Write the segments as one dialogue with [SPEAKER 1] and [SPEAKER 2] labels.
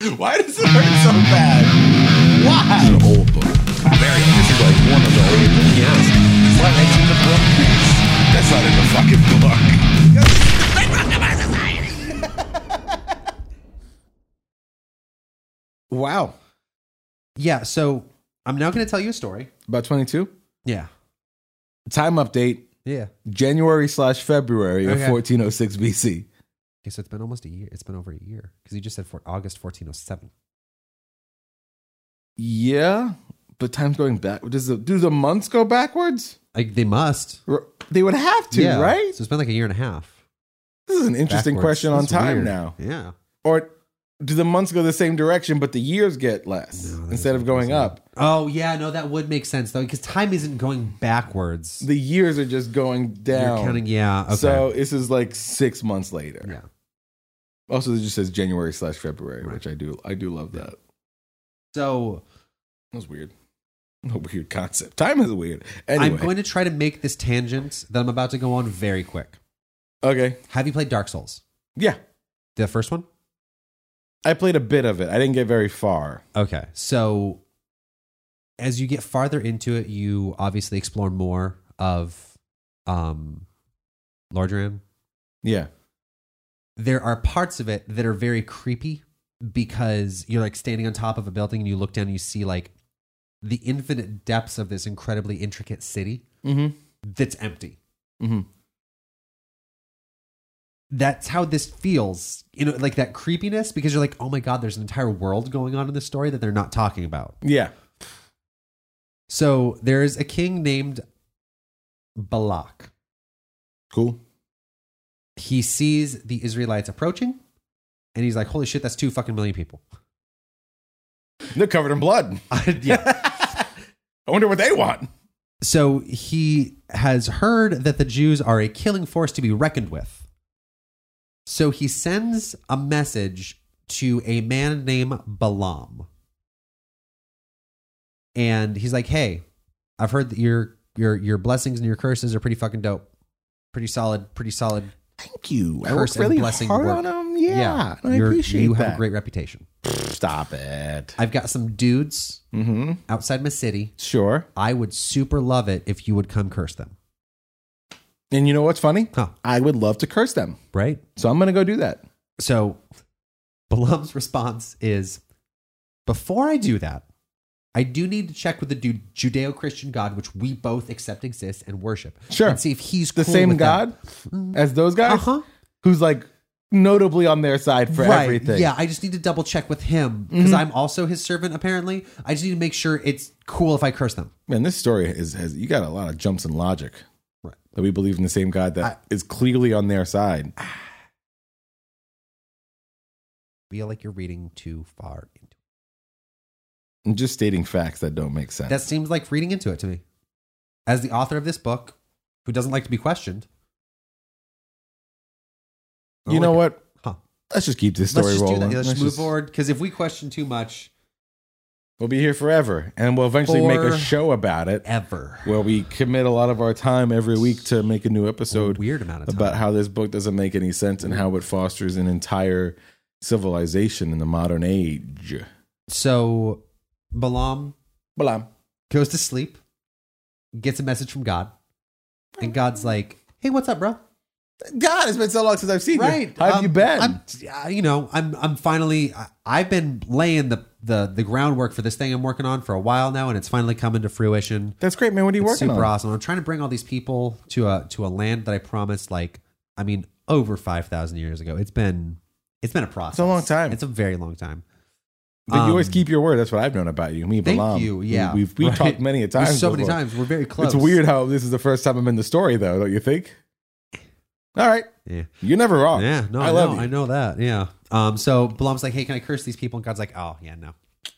[SPEAKER 1] Why does it hurt so bad? Why?
[SPEAKER 2] an old book. Very old. This is like one of the old books.
[SPEAKER 1] Yes.
[SPEAKER 2] That's not in the book. That's not in the fucking book.
[SPEAKER 3] Wow. Yeah. So I'm now going to tell you a story.
[SPEAKER 1] About 22?
[SPEAKER 3] Yeah.
[SPEAKER 1] Time update
[SPEAKER 3] Yeah.
[SPEAKER 1] January slash February
[SPEAKER 3] Okay.
[SPEAKER 1] of 1406 BC.
[SPEAKER 3] Okay, so it's been almost a year. It's been over a year because you just said for August 1407.
[SPEAKER 1] Yeah, but time's going back. Does the, do the months go backwards?
[SPEAKER 3] Like they must.
[SPEAKER 1] R- They would have to, right?
[SPEAKER 3] So it's been like a year and a half.
[SPEAKER 1] This is an interesting
[SPEAKER 3] backwards.
[SPEAKER 1] question on
[SPEAKER 3] That's
[SPEAKER 1] time
[SPEAKER 3] weird.
[SPEAKER 1] now.
[SPEAKER 3] Yeah.
[SPEAKER 1] Or do the months go the same direction, but the years get less
[SPEAKER 3] No, that
[SPEAKER 1] instead of
[SPEAKER 3] doesn't
[SPEAKER 1] going
[SPEAKER 3] make sense.
[SPEAKER 1] up?
[SPEAKER 3] Oh, yeah. No, that would make sense though because time isn't going backwards.
[SPEAKER 1] The years are just going down.
[SPEAKER 3] You're counting. Yeah. Okay.
[SPEAKER 1] So this is like six months later.
[SPEAKER 3] yeah.
[SPEAKER 1] Also, it just says January slash February,
[SPEAKER 3] Right.
[SPEAKER 1] which I do. I do love that.
[SPEAKER 3] So
[SPEAKER 1] That was weird. A weird concept. Time is weird. Anyway,
[SPEAKER 3] I'm going to try to make this tangent that I'm about to go on very quick.
[SPEAKER 1] okay.
[SPEAKER 3] Have you played Dark Souls?
[SPEAKER 1] Yeah,
[SPEAKER 3] The first one?
[SPEAKER 1] I played a bit of it. I didn't get very far.
[SPEAKER 3] Okay. So as you get farther into it, you obviously explore more of um Lordran.
[SPEAKER 1] Yeah,
[SPEAKER 3] There are parts of it that are very creepy because you're like standing on top of a building and you look down and you see like the infinite depths of this incredibly intricate city
[SPEAKER 1] mm-hmm.
[SPEAKER 3] that's empty.
[SPEAKER 1] Mm-hmm.
[SPEAKER 3] That's how this feels, you know, like that creepiness because you're like, oh my God, there's an entire world going on in this story that they're not talking about.
[SPEAKER 1] yeah.
[SPEAKER 3] So there's a king named Balak.
[SPEAKER 1] Cool.
[SPEAKER 3] He sees the Israelites approaching and he's like, holy shit, that's two fucking million people.
[SPEAKER 1] They're covered in blood.
[SPEAKER 3] yeah.
[SPEAKER 1] I wonder what they want.
[SPEAKER 3] So he has heard that the Jews are a killing force to be reckoned with. So he sends a message to a man named Balaam. And he's like, "Hey, I've heard that your your your blessings and your curses are pretty fucking dope. Pretty solid, pretty solid
[SPEAKER 1] Thank you. I
[SPEAKER 3] Curse
[SPEAKER 1] worked
[SPEAKER 3] and
[SPEAKER 1] really
[SPEAKER 3] blessing
[SPEAKER 1] hard
[SPEAKER 3] work.
[SPEAKER 1] on them. Yeah, and I
[SPEAKER 3] you're-
[SPEAKER 1] appreciate
[SPEAKER 3] you
[SPEAKER 1] that.
[SPEAKER 3] have a great reputation.
[SPEAKER 1] Stop it.
[SPEAKER 3] I've got some dudes
[SPEAKER 1] Mm-hmm.
[SPEAKER 3] outside my city.
[SPEAKER 1] Sure.
[SPEAKER 3] I would super love it if you would come curse them.
[SPEAKER 1] And you know what's funny?
[SPEAKER 3] Huh,
[SPEAKER 1] I would love to curse them,
[SPEAKER 3] right?
[SPEAKER 1] so I'm gonna go do that.
[SPEAKER 3] So Balam's response is before I do that, I do need to check with the du- Judeo Christian God, which we both accept exists and worship.
[SPEAKER 1] Sure.
[SPEAKER 3] And see if he's
[SPEAKER 1] The
[SPEAKER 3] cool
[SPEAKER 1] same
[SPEAKER 3] with that.
[SPEAKER 1] God as those guys,
[SPEAKER 3] Uh-huh.
[SPEAKER 1] who's like notably on their side for
[SPEAKER 3] right.
[SPEAKER 1] everything. Mm-hmm.
[SPEAKER 3] Yeah, I just need to double check with him because I'm also his servant, apparently. I just need to make sure it's cool if I curse them.
[SPEAKER 1] Man, this story is has you got a lot of jumps in logic.
[SPEAKER 3] Right.
[SPEAKER 1] That we believe in the same God that is clearly on their side.
[SPEAKER 3] Feel like you're reading too far into it.
[SPEAKER 1] I'm just stating facts that don't make sense.
[SPEAKER 3] That seems like reading into it to me. As the author of this book, who doesn't like to be questioned. I
[SPEAKER 1] you
[SPEAKER 3] don't
[SPEAKER 1] know
[SPEAKER 3] like it.
[SPEAKER 1] what?
[SPEAKER 3] Huh.
[SPEAKER 1] Let's just keep this story
[SPEAKER 3] let's just
[SPEAKER 1] rolling.
[SPEAKER 3] do that. Let's, just move
[SPEAKER 1] just-
[SPEAKER 3] forward because if we question too much,
[SPEAKER 1] We'll be here forever, and we'll eventually make
[SPEAKER 3] For-
[SPEAKER 1] a show about it,
[SPEAKER 3] ever
[SPEAKER 1] where we commit a lot of our time every week to make a new episode
[SPEAKER 3] weird amount of time.
[SPEAKER 1] about how this book doesn't make any sense and how it fosters an entire civilization in the modern age.
[SPEAKER 3] so Balaam
[SPEAKER 1] Blah.
[SPEAKER 3] goes to sleep, gets a message from God, and God's like, "Hey, what's up, bro?
[SPEAKER 1] God, it's been so long since I've seen
[SPEAKER 3] Right?
[SPEAKER 1] you. How have
[SPEAKER 3] um,
[SPEAKER 1] you been?
[SPEAKER 3] I'm, uh, you know, I'm I'm finally I, I've been laying the the the groundwork for this thing I'm working on for a while now, and it's finally coming to fruition.
[SPEAKER 1] That's great, man. What are you
[SPEAKER 3] It's
[SPEAKER 1] working
[SPEAKER 3] super
[SPEAKER 1] on?
[SPEAKER 3] awesome. I'm trying to bring all these people to a to a land that I promised. Like, I mean, over five thousand years ago. It's been it's been a process.
[SPEAKER 1] long time.
[SPEAKER 3] It's a very long time.
[SPEAKER 1] But you always
[SPEAKER 3] Um,
[SPEAKER 1] keep your word. That's what I've known about you. Me,
[SPEAKER 3] Thank
[SPEAKER 1] Balaam.
[SPEAKER 3] you.
[SPEAKER 1] We-
[SPEAKER 3] Yeah,
[SPEAKER 1] we've we
[SPEAKER 3] right.
[SPEAKER 1] talked many a times.
[SPEAKER 3] so many
[SPEAKER 1] before.
[SPEAKER 3] times. We're very close.
[SPEAKER 1] It's weird how this is the first time I'm in the story, though. Don't you think? All right,
[SPEAKER 3] Yeah.
[SPEAKER 1] you're never wrong.
[SPEAKER 3] Yeah. No,
[SPEAKER 1] I
[SPEAKER 3] I,
[SPEAKER 1] love
[SPEAKER 3] know,
[SPEAKER 1] you.
[SPEAKER 3] I know that. Yeah. Um. So Blom's like, "Hey, can I curse these people?" And God's like, "Oh, yeah, no,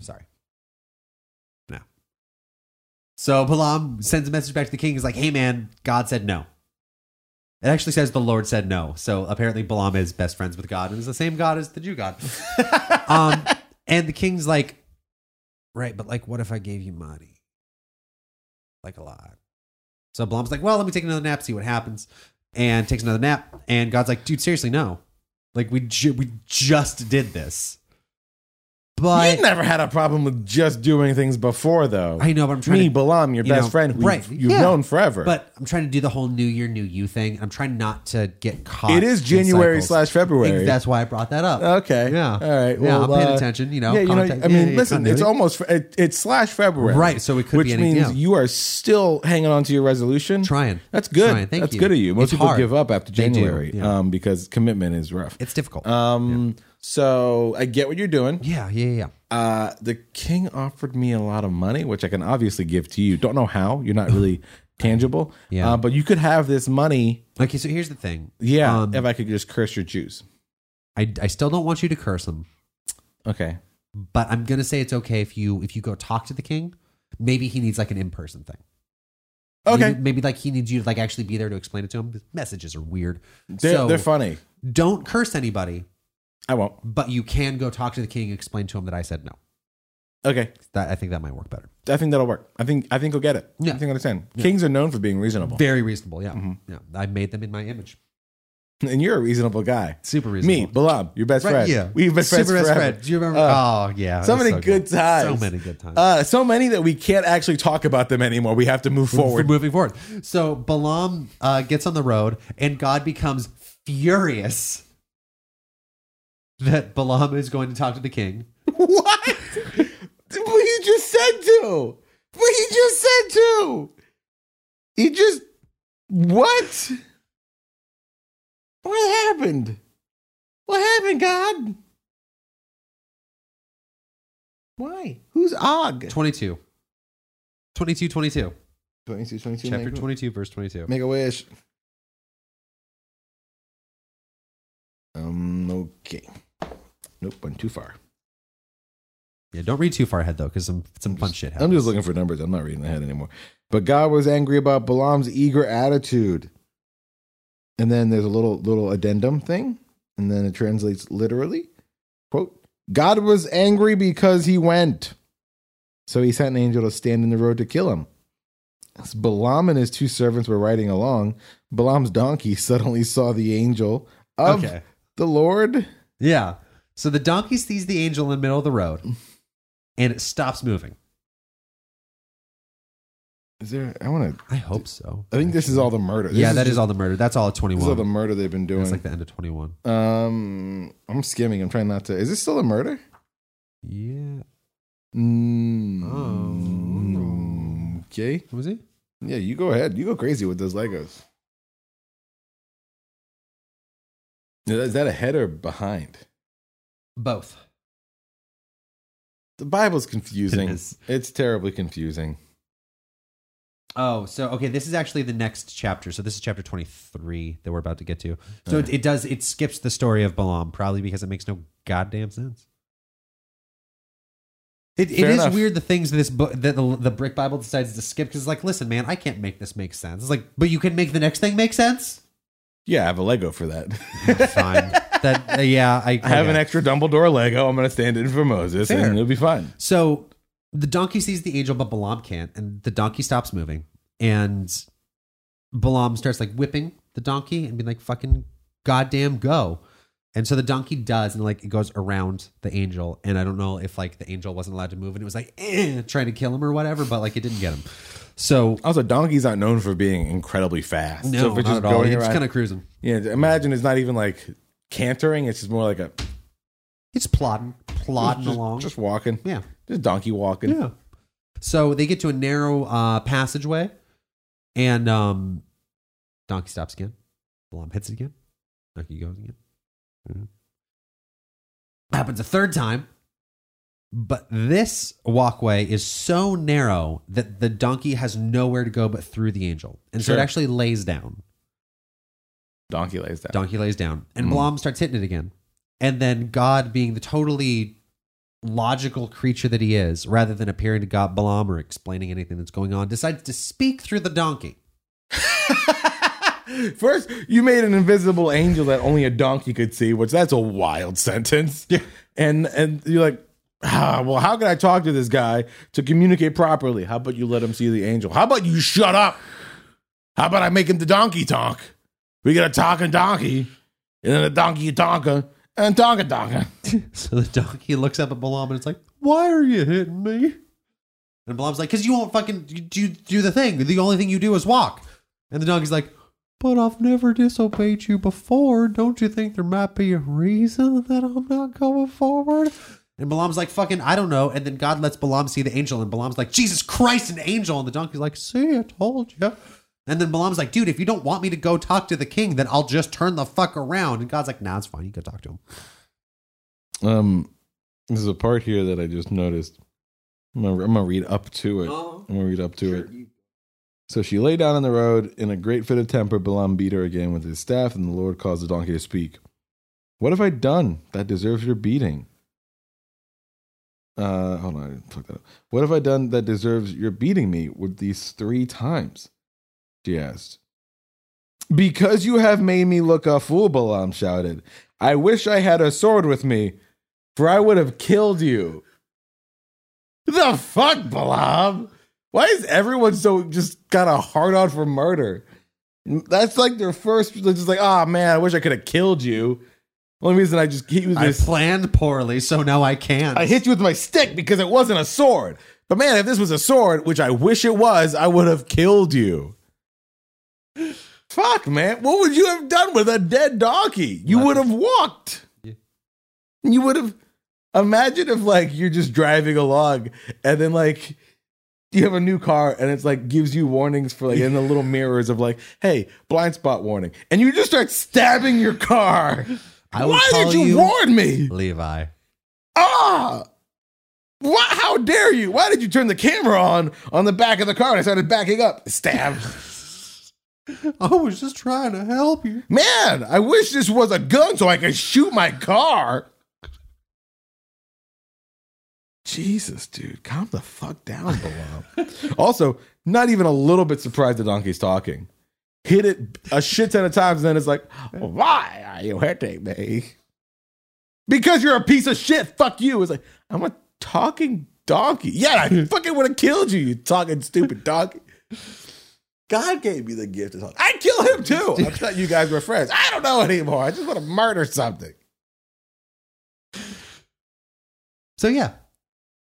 [SPEAKER 3] sorry, no." So Balaam sends a message back to the king. He's like, "Hey, man, God said no." It actually says the Lord said no. So apparently Balaam is best friends with God and is the same God as the Jew God. um, and the king's like, right, but like, what if I gave you money? Like a lot. So Blom's like, well, let me take another nap, see what happens. And takes another nap. And God's like, dude, seriously, no. Like, we, ju- we just did this. But
[SPEAKER 1] you never had a problem with just doing things before, though.
[SPEAKER 3] I know, but I'm trying
[SPEAKER 1] Me,
[SPEAKER 3] to-
[SPEAKER 1] Balam, your
[SPEAKER 3] you
[SPEAKER 1] best
[SPEAKER 3] know,
[SPEAKER 1] friend, who
[SPEAKER 3] right,
[SPEAKER 1] you've, you've
[SPEAKER 3] yeah.
[SPEAKER 1] known forever.
[SPEAKER 3] But I'm trying to do the whole New Year, New You thing. I'm trying not to get caught.
[SPEAKER 1] It is
[SPEAKER 3] in
[SPEAKER 1] January
[SPEAKER 3] cycles.
[SPEAKER 1] slash February.
[SPEAKER 3] That's why I brought that up.
[SPEAKER 1] okay.
[SPEAKER 3] Yeah.
[SPEAKER 1] All right.
[SPEAKER 3] yeah, I'm paying
[SPEAKER 1] uh,
[SPEAKER 3] attention. You know.
[SPEAKER 1] yeah, you know.
[SPEAKER 3] contact-
[SPEAKER 1] I
[SPEAKER 3] yeah,
[SPEAKER 1] mean,
[SPEAKER 3] yeah,
[SPEAKER 1] listen, it's
[SPEAKER 3] continuity.
[SPEAKER 1] almost it, it's slash February,
[SPEAKER 3] Right, so it could
[SPEAKER 1] which
[SPEAKER 3] be anything,
[SPEAKER 1] means
[SPEAKER 3] yeah.
[SPEAKER 1] you are still hanging on to your resolution.
[SPEAKER 3] Trying.
[SPEAKER 1] That's good.
[SPEAKER 3] Trying, thank
[SPEAKER 1] That's
[SPEAKER 3] you.
[SPEAKER 1] good of you. Most
[SPEAKER 3] It's
[SPEAKER 1] people
[SPEAKER 3] hard.
[SPEAKER 1] give up after
[SPEAKER 3] They do,
[SPEAKER 1] January
[SPEAKER 3] yeah.
[SPEAKER 1] um, because commitment is rough.
[SPEAKER 3] It's difficult.
[SPEAKER 1] Um. So I get what you're doing.
[SPEAKER 3] yeah, yeah, yeah.
[SPEAKER 1] Uh, the king offered me a lot of money, which I can obviously give to you. Don't know how. You're not really tangible.
[SPEAKER 3] Yeah.
[SPEAKER 1] Uh, but you could have this money.
[SPEAKER 3] Okay, so here's the thing.
[SPEAKER 1] Yeah.
[SPEAKER 3] Um,
[SPEAKER 1] if I could just curse your Jews.
[SPEAKER 3] I, I still don't want you to curse him,
[SPEAKER 1] Okay.
[SPEAKER 3] but I'm gonna say it's okay if you if you go talk to the king. Maybe he needs like an in person thing.
[SPEAKER 1] Okay.
[SPEAKER 3] Maybe, maybe like he needs you to like actually be there to explain it to him. His messages are weird.
[SPEAKER 1] They're,
[SPEAKER 3] so
[SPEAKER 1] they're funny.
[SPEAKER 3] don't curse anybody,
[SPEAKER 1] I won't.
[SPEAKER 3] but you can go talk to the king, explain to him that I said no.
[SPEAKER 1] Okay.
[SPEAKER 3] That I think that might work better.
[SPEAKER 1] I think that'll work. I think I think he'll get it.
[SPEAKER 3] Yeah.
[SPEAKER 1] I think I understand. Kings are known for being reasonable,
[SPEAKER 3] Very reasonable. Yeah.
[SPEAKER 1] Mhm.
[SPEAKER 3] Yeah. I made them in my image.
[SPEAKER 1] and you're a reasonable guy.
[SPEAKER 3] Super
[SPEAKER 1] Me,
[SPEAKER 3] reasonable.
[SPEAKER 1] Balab, your best friend.
[SPEAKER 3] Yeah.
[SPEAKER 1] we've been friends
[SPEAKER 3] Super best
[SPEAKER 1] forever. Ah,
[SPEAKER 3] friend. Do you remember? oh yeah.
[SPEAKER 1] So
[SPEAKER 3] it was
[SPEAKER 1] many good times.
[SPEAKER 3] So many good times.
[SPEAKER 1] Uh, so many that we can't actually talk about them anymore. We have to move
[SPEAKER 3] For
[SPEAKER 1] forward.
[SPEAKER 3] moving forward. So Balaam uh, gets on the road, and God becomes furious that Balaam is going to talk to the king.
[SPEAKER 1] what? what you just said to? What you just said to? You just what? What happened? What happened, God? Why? Who's Og?
[SPEAKER 3] 22. 22, 22.
[SPEAKER 1] 22, 22,
[SPEAKER 3] Chapter
[SPEAKER 1] make,
[SPEAKER 3] 22, verse 22.
[SPEAKER 1] make a wish. Um, okay. Nope, went too far.
[SPEAKER 3] Yeah, don't read too far ahead, though, because some, some fun shit happens.
[SPEAKER 1] I'm just looking for numbers. I'm not reading ahead anymore. But God was angry about Balaam's eager attitude. And then there's a little little addendum thing, and then it translates literally. Quote, God was angry because he went. So he sent an angel to stand in the road to kill him. As Balaam and his two servants were riding along, Balaam's donkey suddenly saw the angel of
[SPEAKER 3] Okay.
[SPEAKER 1] the Lord.
[SPEAKER 3] Yeah. So the donkey sees the angel in the middle of the road, and it stops moving.
[SPEAKER 1] Is there I wanna
[SPEAKER 3] I hope so.
[SPEAKER 1] I think this is all the murder. This
[SPEAKER 3] yeah, that is
[SPEAKER 1] just-
[SPEAKER 3] all the murder. That's all at
[SPEAKER 1] this is all
[SPEAKER 3] 21.
[SPEAKER 1] the murder they've been doing.
[SPEAKER 3] That's like the end of 21.
[SPEAKER 1] Um, I'm skimming. I'm trying not to. Is this still a murder?
[SPEAKER 3] Yeah.
[SPEAKER 1] Mm,
[SPEAKER 3] Oh.
[SPEAKER 1] Okay.
[SPEAKER 3] Was it?
[SPEAKER 1] Yeah, you go ahead. You go crazy with those Legos. Is that- is that ahead or behind?
[SPEAKER 3] Both.
[SPEAKER 1] The Bible's confusing.
[SPEAKER 3] It is.
[SPEAKER 1] It's terribly confusing.
[SPEAKER 3] Oh, so okay, this is actually the next chapter. So this is chapter 23 that we're about to get to. So it, it does it skips the story of Balaam probably because it makes no goddamn sense. It, it
[SPEAKER 1] Fair
[SPEAKER 3] is
[SPEAKER 1] enough.
[SPEAKER 3] weird the things this book that the, the brick Bible decides to skip because it's like, listen, man, I can't make this make sense. It's like, but you can make the next thing make sense.
[SPEAKER 1] Yeah, I have a Lego for that.
[SPEAKER 3] Fine. that uh, yeah, I,
[SPEAKER 1] I have an
[SPEAKER 3] okay.
[SPEAKER 1] extra Dumbledore Lego. I'm going to stand in for Moses,
[SPEAKER 3] Fair.
[SPEAKER 1] and it'll be fun.
[SPEAKER 3] So the donkey sees the angel, but Balaam can't, and the donkey stops moving. And Balaam starts like whipping the donkey and being like, fucking goddamn go. And so the donkey does, and like it goes around the angel. And I don't know if like the angel wasn't allowed to move and it was like eh, trying to kill him or whatever, but like it didn't get him. So
[SPEAKER 1] Also, donkeys aren't known for being incredibly fast.
[SPEAKER 3] no,
[SPEAKER 1] So if
[SPEAKER 3] not
[SPEAKER 1] it's just
[SPEAKER 3] at all.
[SPEAKER 1] going
[SPEAKER 3] He's
[SPEAKER 1] around-
[SPEAKER 3] kind of cruising.
[SPEAKER 1] yeah, imagine it's not even like cantering. It's just more like a
[SPEAKER 3] He's plodding, plodding
[SPEAKER 1] just,
[SPEAKER 3] along.
[SPEAKER 1] just walking.
[SPEAKER 3] yeah.
[SPEAKER 1] Just donkey walking.
[SPEAKER 3] Yeah. So they get to a narrow uh, passageway, and um, donkey stops again. Balam hits it again. Donkey goes again. Mhm. Happens a third time, but this walkway is so narrow that the donkey has nowhere to go but through the angel, and so
[SPEAKER 1] Sure.
[SPEAKER 3] it actually lays down.
[SPEAKER 1] Donkey lays down.
[SPEAKER 3] Donkey lays down, and
[SPEAKER 1] Mm.
[SPEAKER 3] Blom starts hitting it again. And then God, being the totally logical creature that he is, rather than appearing to God Blom or explaining anything that's going on, decides to speak through the donkey.
[SPEAKER 1] First, you made an invisible angel that only a donkey could see, which that's a wild sentence. Yeah. And and you're like, ah, well, how can I talk to this guy to communicate properly? How about you let him see the angel? How about you shut up? How about I make him the donkey talk? We get a talking donkey, and then a donkey tonka, and donga donga.
[SPEAKER 3] So the donkey looks up at Balaam and it's like, "Why are you hitting me?" And Balaam's like, "Cause you won't fucking you do do the thing. The only thing you do is walk." And the donkey's like, "But I've never disobeyed you before. Don't you think there might be a reason that I'm not going forward?" And Balaam's like, "Fucking, I don't know." And then God lets Balaam see the angel, and Balaam's like, "Jesus Christ, an angel!" And the donkey's like, "See, I told you." And then Balaam's like, "Dude, if you don't want me to go talk to the king, then I'll just turn the fuck around." And God's like, "Nah, it's fine. You go talk to him."
[SPEAKER 1] Um, there's a part here that I just noticed. I'm gonna, I'm gonna read up to it.
[SPEAKER 3] Oh.
[SPEAKER 1] I'm gonna read up to it. So she lay down on the road. In a great fit of temper, Balaam beat her again with his staff, and the Lord caused the donkey to speak. What have I done that deserves your beating? Uh, hold on, I fucked that up. What have I done that deserves your beating me with these three times? She asked. Because you have made me look a fool, Balaam shouted. I wish I had a sword with me, for I would have killed you. The fuck, Balaam? Why is everyone so just got a hard on for murder? That's like their first. they're Just like, ah, man, I wish I could have killed you. Only reason I just he was
[SPEAKER 3] I
[SPEAKER 1] this.
[SPEAKER 3] planned poorly, so now I can.
[SPEAKER 1] I hit you with my stick because it wasn't a sword. But man, if this was a sword, which I wish it was, I would have killed you. Fuck, man. What would you have done with a dead donkey? You
[SPEAKER 3] Nothing.
[SPEAKER 1] would have walked.
[SPEAKER 3] Yeah.
[SPEAKER 1] You would have. Imagine if, like, you're just driving along and then, like, you have a new car and it's like gives you warnings for, like, in the little mirrors of, like, hey, blind spot warning. And you just start stabbing your car.
[SPEAKER 3] I would
[SPEAKER 1] Why
[SPEAKER 3] call
[SPEAKER 1] did you warn me?
[SPEAKER 3] Levi?
[SPEAKER 1] ah what how dare you why did you turn the camera on on the back of the car and i started backing up stab
[SPEAKER 3] I was just trying to help you.
[SPEAKER 1] man i wish this was a gun so i could shoot my car jesus dude calm the fuck down below also not even a little bit surprised the donkey's talking hit it a shit ton of times and then it's like why are you hitting me because you're a piece of shit. Fuck you. It's like, I'm a talking donkey. Yeah, I fucking would have killed you, you talking stupid donkey. God gave me the gift of talking. I'd kill him too. I thought you guys were friends. I don't know anymore. I just want to murder something.
[SPEAKER 3] So yeah,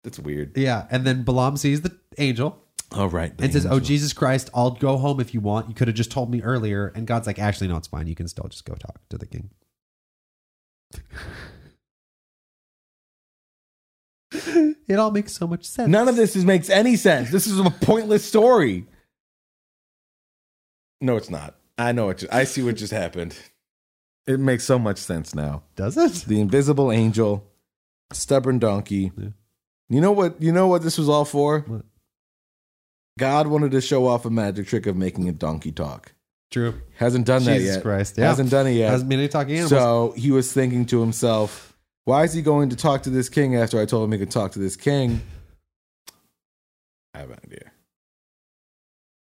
[SPEAKER 1] That's weird.
[SPEAKER 3] yeah. And then Balaam sees the angel
[SPEAKER 1] All right.
[SPEAKER 3] and says, "Oh Jesus Christ, I'll go home if you want. You could have just told me earlier." And God's like, "Actually, no, it's fine. You can still just go talk to the king." it all makes so much sense.
[SPEAKER 1] None of this is, makes any sense. This is a pointless story. No, it's not. I know it. ju- I see what just happened. It makes so much sense now.
[SPEAKER 3] does it?
[SPEAKER 1] the invisible angel, stubborn donkey.
[SPEAKER 3] Yeah.
[SPEAKER 1] You know what? You know what this was all for?
[SPEAKER 3] What?
[SPEAKER 1] God wanted to show off a magic trick of making a donkey talk.
[SPEAKER 3] True.
[SPEAKER 1] Hasn't done that
[SPEAKER 3] Jesus
[SPEAKER 1] yet.
[SPEAKER 3] Christ, yeah.
[SPEAKER 1] Hasn't done it yet.
[SPEAKER 3] Hasn't been any talking animals.
[SPEAKER 1] So he was thinking to himself, why is he going to talk to this king after I told him he could talk to this king? I have an idea.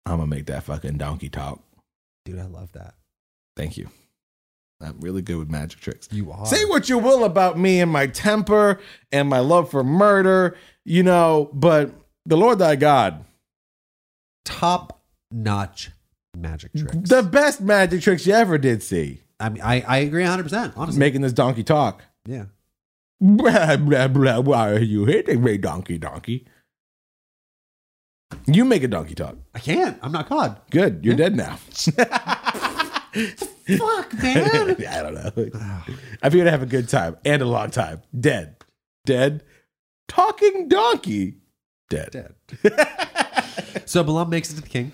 [SPEAKER 1] I'm going to make that fucking donkey talk.
[SPEAKER 3] Dude, I love that.
[SPEAKER 1] Thank you. I'm really good with magic tricks.
[SPEAKER 3] You are.
[SPEAKER 1] Say what you will about me and my temper and my love for murder, you know, but the Lord thy God,
[SPEAKER 3] top notch magic tricks.
[SPEAKER 1] the best magic tricks you ever did see,
[SPEAKER 3] I mean, I, I agree 100%, honestly.
[SPEAKER 1] making this donkey talk.
[SPEAKER 3] yeah.
[SPEAKER 1] Blah, blah, blah, why are you hitting me, donkey, donkey? You make a donkey talk.
[SPEAKER 3] I can't. I'm not God.
[SPEAKER 1] Good, you're dead now.
[SPEAKER 3] Fuck, man.
[SPEAKER 1] I don't know. I'm here to have a good time and a long time. Dead. Dead. Talking donkey. Dead.
[SPEAKER 3] Dead. so Balaam makes it to the king.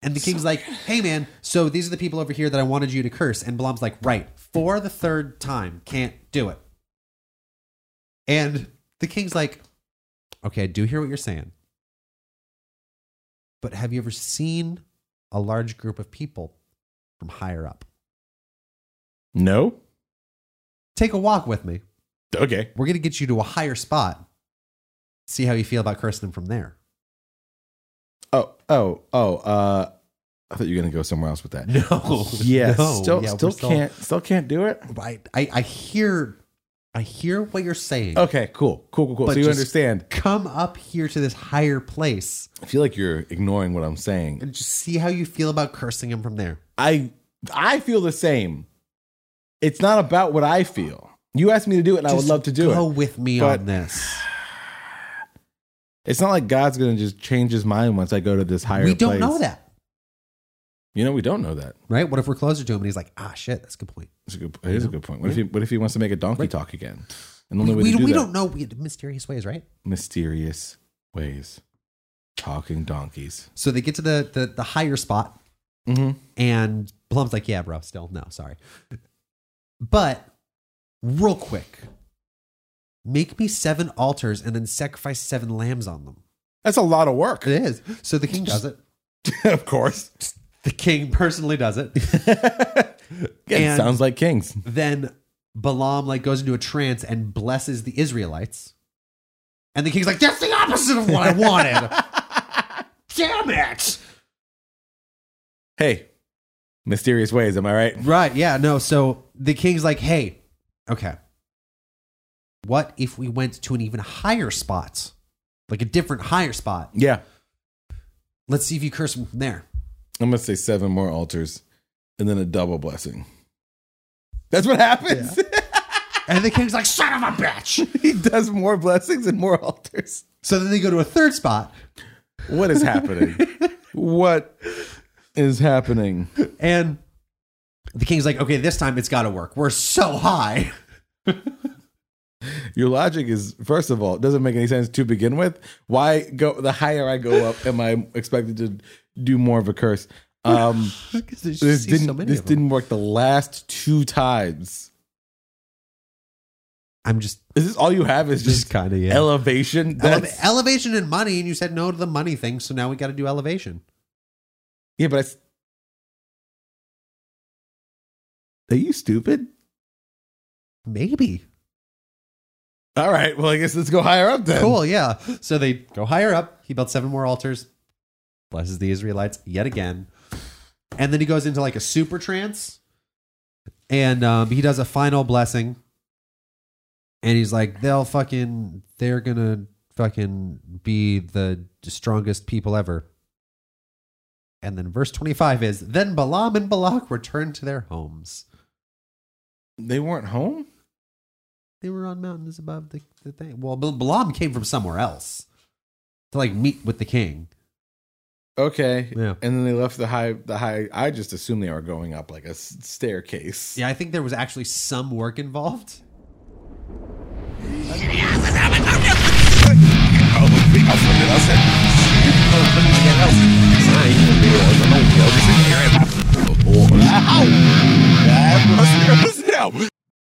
[SPEAKER 3] And the king's like, hey, man, so these are the people over here that I wanted you to curse. And Balaam's like, right, for the third time, can't do it. And the king's like, okay, I do hear what you're saying. But have you ever seen a large group of people from higher up?
[SPEAKER 1] No?
[SPEAKER 3] Take a walk with me.
[SPEAKER 1] Okay.
[SPEAKER 3] We're going to get you to a higher spot. See how you feel about cursing them from there.
[SPEAKER 1] Oh, oh, oh, uh I thought you were gonna go somewhere else with that.
[SPEAKER 3] No.
[SPEAKER 1] Yeah,
[SPEAKER 3] No.
[SPEAKER 1] still
[SPEAKER 3] Yeah,
[SPEAKER 1] still
[SPEAKER 3] we're
[SPEAKER 1] can't still can't do it.
[SPEAKER 3] I, I, I hear I hear what you're saying.
[SPEAKER 1] Okay, cool. Cool, cool, cool.
[SPEAKER 3] But
[SPEAKER 1] so you
[SPEAKER 3] just-
[SPEAKER 1] understand.
[SPEAKER 3] Come up here to this higher place
[SPEAKER 1] I feel like you're ignoring what I'm saying.
[SPEAKER 3] and just see how you feel about cursing him from there.
[SPEAKER 1] I I feel the same. it's not about what I feel. You asked me to do it, and I would
[SPEAKER 3] Just
[SPEAKER 1] love to do
[SPEAKER 3] Go
[SPEAKER 1] it.
[SPEAKER 3] with me
[SPEAKER 1] But-
[SPEAKER 3] on this.
[SPEAKER 1] It's not like God's going to just change his mind once I go to this higher.
[SPEAKER 3] We don't
[SPEAKER 1] place.
[SPEAKER 3] know that,
[SPEAKER 1] You know, we don't know that.
[SPEAKER 3] right? What if we're closer to him and he's like, ah, shit, that's a good point.
[SPEAKER 1] That's a good. It is a good point. What if he? What if he wants to make a donkey
[SPEAKER 3] Right.
[SPEAKER 1] talk again? And the only
[SPEAKER 3] we
[SPEAKER 1] way
[SPEAKER 3] we,
[SPEAKER 1] to do
[SPEAKER 3] we
[SPEAKER 1] that
[SPEAKER 3] don't know we mysterious ways, right?
[SPEAKER 1] mysterious ways, talking donkeys.
[SPEAKER 3] So they get to the the, the higher spot,
[SPEAKER 1] Mm-hmm.
[SPEAKER 3] and Blum's like, yeah, bro, still no, sorry. But real quick, make me seven altars and then sacrifice seven lambs on them.
[SPEAKER 1] That's a lot of work.
[SPEAKER 3] It is. So the king does it.
[SPEAKER 1] of course.
[SPEAKER 3] The king personally does it.
[SPEAKER 1] Again,
[SPEAKER 3] And-
[SPEAKER 1] sounds like kings.
[SPEAKER 3] then Balaam like goes into a trance and blesses the Israelites. And the king's like, that's the opposite of what I wanted. Damn it.
[SPEAKER 1] Hey, mysterious ways. Am I right?
[SPEAKER 3] Right, yeah, no. So the king's like, hey, okay. What if we went to an even higher spot? Like a different higher spot.
[SPEAKER 1] Yeah.
[SPEAKER 3] Let's see if you curse him from there.
[SPEAKER 1] I'm gonna say seven more altars, and then a double blessing. That's what happens.
[SPEAKER 3] And the king's like, son of a bitch.
[SPEAKER 1] he does more blessings and more altars.
[SPEAKER 3] So then they go to a third spot
[SPEAKER 1] What is happening? what is happening?
[SPEAKER 3] and the king's like, okay, this time it's gotta work. We're so high.
[SPEAKER 1] Your logic is, first of all, it doesn't make any sense to begin with. Why go? The higher I go up, am I expected to do more of a curse? Um, this didn't. this didn't work the last two times.
[SPEAKER 3] I'm just
[SPEAKER 1] Is this all you have? Is just,
[SPEAKER 3] kind of
[SPEAKER 1] elevation? That's,
[SPEAKER 3] elevation and money, and you said no to the money thing, so now we got to do elevation.
[SPEAKER 1] yeah, but it's, are you stupid?
[SPEAKER 3] Maybe
[SPEAKER 1] All right. Well, I guess let's go higher up then.
[SPEAKER 3] cool, yeah. So they go higher up. He built seven more altars, blesses the Israelites yet again, and then he goes into like a super trance, and um, he does a final blessing, and he's like, "They'll fucking, they're gonna fucking be the strongest people ever." And then verse 25 is Then Balaam and Balak returned to their homes.
[SPEAKER 1] They weren't home.
[SPEAKER 3] they were on mountains above the, the thing. Well, Bal- Balaam came from somewhere else to like meet with the king.
[SPEAKER 1] Okay.
[SPEAKER 3] Yeah.
[SPEAKER 1] And then they left the high. The high. I just assume they are going up like a s- staircase.
[SPEAKER 3] Yeah, I think there was actually some work involved.
[SPEAKER 2] Ow!